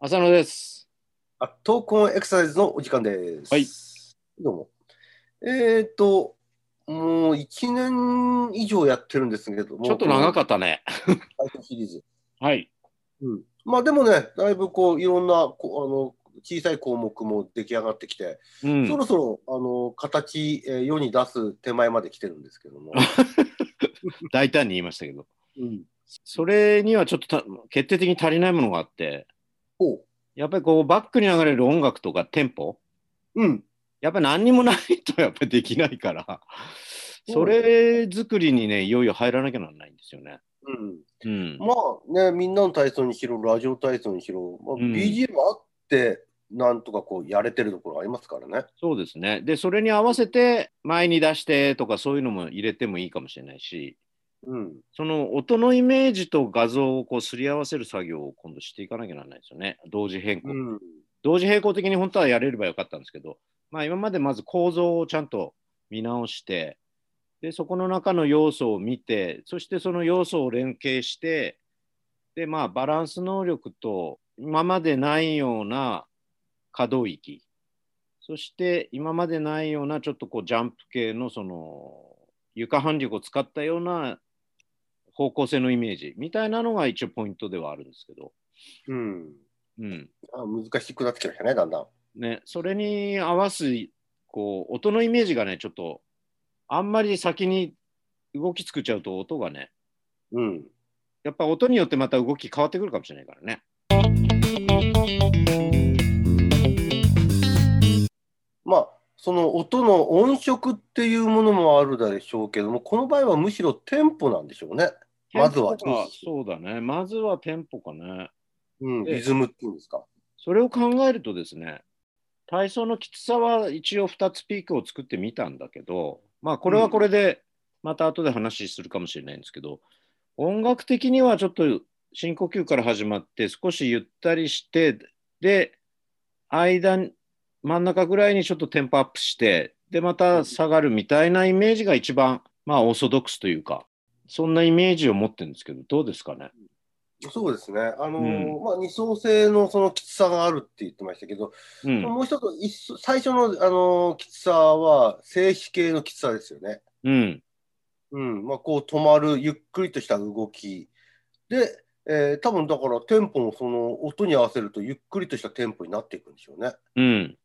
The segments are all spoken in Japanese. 浅野です。あ、闘魂エクササイズのお時間です。はい。どうも。えっ、と、もう1年以上やってるんですけども、ちょっと長かっったね。た。シリーズ。はい。うん。まあでもね、だいぶこう、いろんな、こうあの、小さい項目も出来上がってきて、うそん。ろそろ、あの、形、えー世に出す手前まで来てるんですけ ども。大胆に言いましたけど。うん。それにはちょっとた決定的に足りないものがあって、ほう。やっぱりこうバックに流れる音楽とかテンポ、うん。やっぱり何にもないとやっぱりできないから、そそうねれ作りにね、いよいよ入らなきゃなんないんですよね。うん。うん。まあね、みんなの体操にしろ、ラジオ体操にしろ、まあ、うん BGM あって、なんとかこう、やれてるところありますからね。そうですね。で、それに合わせて前に出してとかそういうのも入れてもいいかもしれないし、うん。その音のイメージと画像をこうすり合わせる作業を今度していかなきゃならないですよね。同時変更。うん同時並行的に本当はやれればよかったんですけど、まあ、今までまず構造をちゃんと見直してでそこの中の要素を見てそしてその要素を連携してで、まあ、バランス能力と今までないような可動域そして今までないようなちょっとこうジャンプ系のその床反力を使ったような方向性のイメージみたいなのが一応ポイントではあるんですけど、うん、うん、あ難しくなってきましたね、だんだん。ね、それに合わすこう音のイメージがねちょっとあんまり先に動き作っちゃうと音がねうん、やっぱ音によってまた動き変わってくるかもしれないからね。まあその音の音色っていうものもあるでしょうけどもこの場合はむしろテンポなんでしょうね、まずはテンポがそうだねまずはテンポかね。うん、ええリズムっていうんですか。それを考えるとですね体操のきつさは一応2つピークを作ってみたんだけどまあこれはこれでまた後で話するかもしれないんですけど、音楽的にはちょっと深呼吸から始まって少しゆったりしてで間に真ん中ぐらいにちょっとテンポアップしてでまた下がるみたいなイメージが一番まあオーソドックスというかそんなイメージを持ってるんですけどどうですかねそうですね、あのーうまあ、二層性のそのきつさがあるって言ってましたけど、うんもう一つ一層最初の、あのーきつさは静止系のきつさですよね。うんうんまあ、こう止まるゆっくりとした動きで、えー多分だからテンポもその音に合わせるとゆっくりとしたテンポになっていくんでしょうね。うん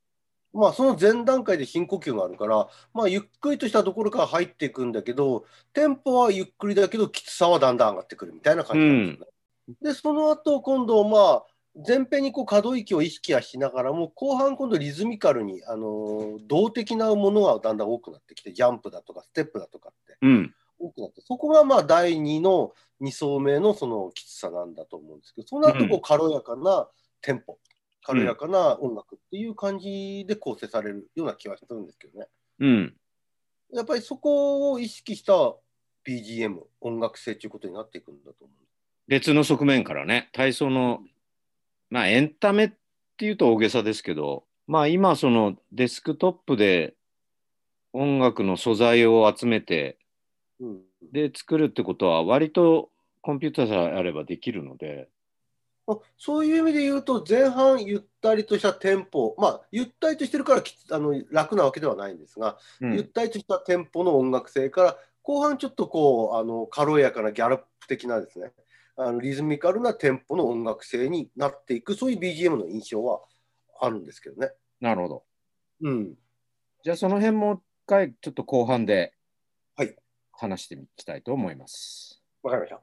まあ、その前段階で深呼吸があるから、まあ、ゆっくりとしたところから入っていくんだけど、テンポはゆっくりだけど、きつさはだんだん上がってくるみたいな感じなんですよね。で、その後、今度、まあ、前編にこう可動域を意識はしながらも、後半、今度リズミカルに、あのー動的なものがだんだん多くなってきて、ジャンプだとか、ステップだとかってうん多くなって、そこがまあ、第2の2層目のそのきつさなんだと思うんですけど、その後、こう軽やかなテンポ。軽やかな音楽っていう感じで構成されるような気はするんですけどね。うんやっぱりそこを意識した BGM、音楽性ということになっていくんだと思別の側面からね体操のまあエンタメっていうと大げさですけどまあ今そのデスクトップで音楽の素材を集めてう。うんで作るってことは割とコンピューターさえあればできるのでまあそういう意味で言うと、前半ゆったりとしたテンポ、まあ、ゆったりとしてるからきあの楽なわけではないんですが、ゆったりとしたテンポの音楽性から、後半ちょっとこうあの軽やかなギャラップ的なですね、あのリズミカルなテンポの音楽性になっていく、そういう BGM の印象はあるんですけどね。なるほどうん、じゃあその辺もう一回ちょっと後半ではい話していきたいと思います、わかりました。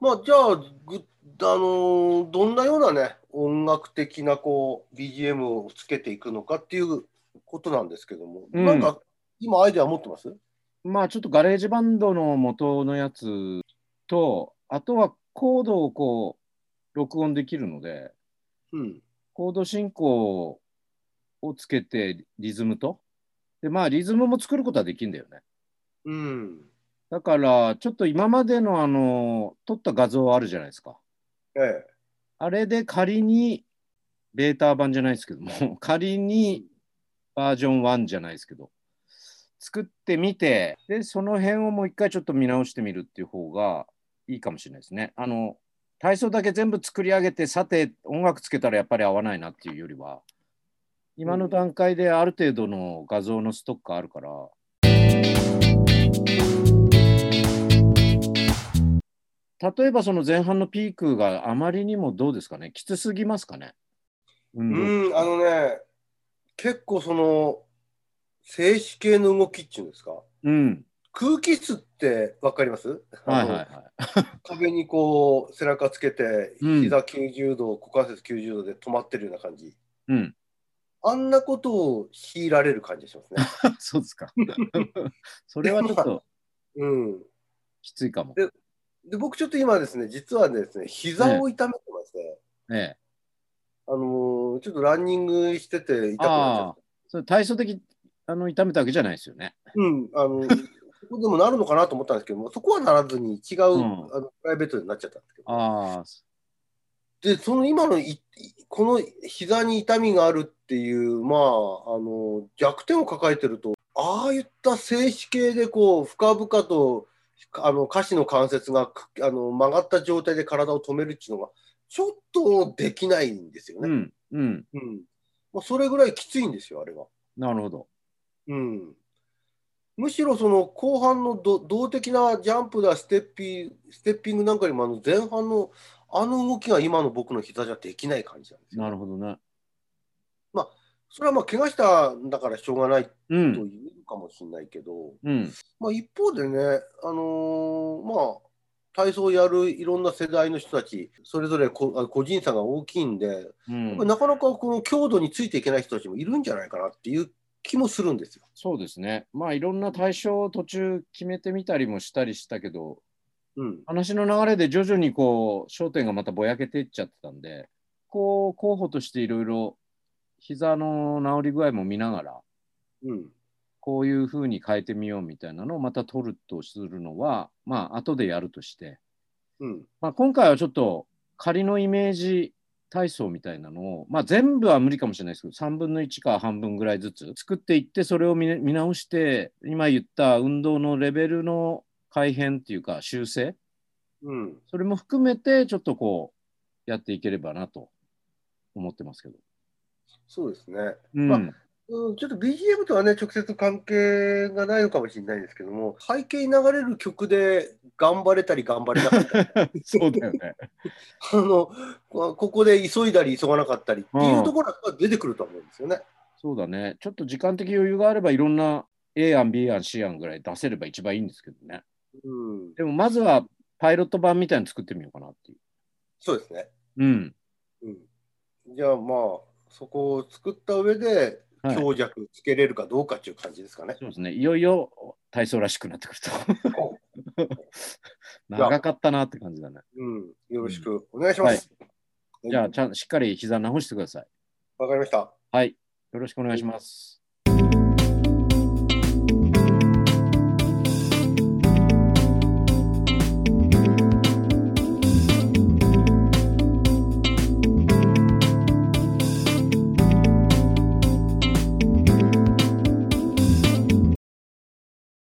まあ、じゃあ、ぐあのーどんなようなね、音楽的なこう BGM をつけていくのかっていうことなんですけども、うんなんか今、アイデア持ってますまあちょっとガレージバンドの元のやつと、あとはコードをこう、録音できるので、うん。コード進行をつけてリズムと。で、まあリズムも作ることはできるんだよね。うん。だから、ちょっと今までのあの、撮った画像あるじゃないですか。ええ。あれで仮に、ベータ版じゃないですけど も、仮にバージョン1じゃないですけど、作ってみて、で、その辺をもう一回ちょっと見直してみるっていう方が、いいかもしれないですね。あの体操だけ全部作り上げてさて音楽つけたらやっぱり合わないなっていうよりは今の段階である程度の画像のストックがあるから例えばその前半のピークがあまりにもどうですかねきつすぎますかね運動うん、あのね、結構その、静止系の動きっていうんですか、うん空気質って分かります、はあいはいはのい壁にこう背中つけて、うん膝90度、股関節90度で止まってるような感じ。うんあんなことを強いられる感じがし ますね。 そうですかそれはちょっとうん。きつ いかもでで、僕ちょっと今ですね、実はですね、膝を痛めてますね。ええあのーちょっとランニングしてて痛くなっちゃっああそれ体操的あの痛めたわけじゃないですよねた。うん。あの、そこでもなるのかなと思ったんですけども、そこはならずに違う、うんあのプライベートになっちゃったんですけど。ああで、その今のい、この膝に痛みがあるっていう、まあ、あの、弱点を抱えてると、ああいった静止系で、こう、深々と、あの、下肢の関節がくあの曲がった状態で体を止めるっていうのが、ちょっとできないんですようね。んうんうん。まあ、それぐらいきついんですよ、あれは。なるほどうん。むしろその後半のど動的なジャンプだステッピー、ステッピングなんかよりもあの前半のあの動きが今の僕の膝じゃできない感じなんですよ。なるほどねそれはまあ怪我したんだからしょうがないとう言んうかもしれないけど、うんまあ、一方でね、あのーまあ、体操をやるいろんな世代の人たち、それぞれこあ個人差が大きいんで、うやっんぱりなかなかこの強度についていけない人たちもいるんじゃないかなっていう気もするんですよ。そうですね。まあいろんな対象を途中決めてみたりもしたりしたけど、うん、話の流れで徐々にこう焦点がまたぼやけていっちゃってたんで、こう候補としていろいろ膝の治り具合も見ながら、うん、こういうふうに変えてみようみたいなのをまた取るとするのは、まあ後でやるとして、うん、まあ、今回はちょっと仮のイメージ体操みたいなのを、まあ、全部は無理かもしれないですけど3分の1か半分ぐらいずつ作っていってそれを見見直して今言った運動のレベルの改変っていうか修正うん。それも含めてちょっとこうやっていければなと思ってますけど。そうですね。うんまあうん、ちょっと BGM とはね、直接関係がないのかもしれないですけども、背景に流れる曲で頑張れたり頑張れなか ったり、 そうだよね。あのこここで急いだり急がなかったりっていうところが出てくると思うんですよね。そうだね。ちょっと時間的余裕があればいろんな A 案 B 案 C 案ぐらい出せれば一番いいんですけどね。うん、でもまずはパイロット版みたいなの作ってみようかなっていう。そうですね。うん。うん、じゃあまあ、そこを作った上ではい強弱つけれるかどうかっていう感じですかね。そうですね、いよいよ体操らしくなってくると。 長かったなって感じだね。うん、よろしくお願いします。じゃあ、ちゃんしっかり膝直してください。わかりました。はい、よろしくお願いします。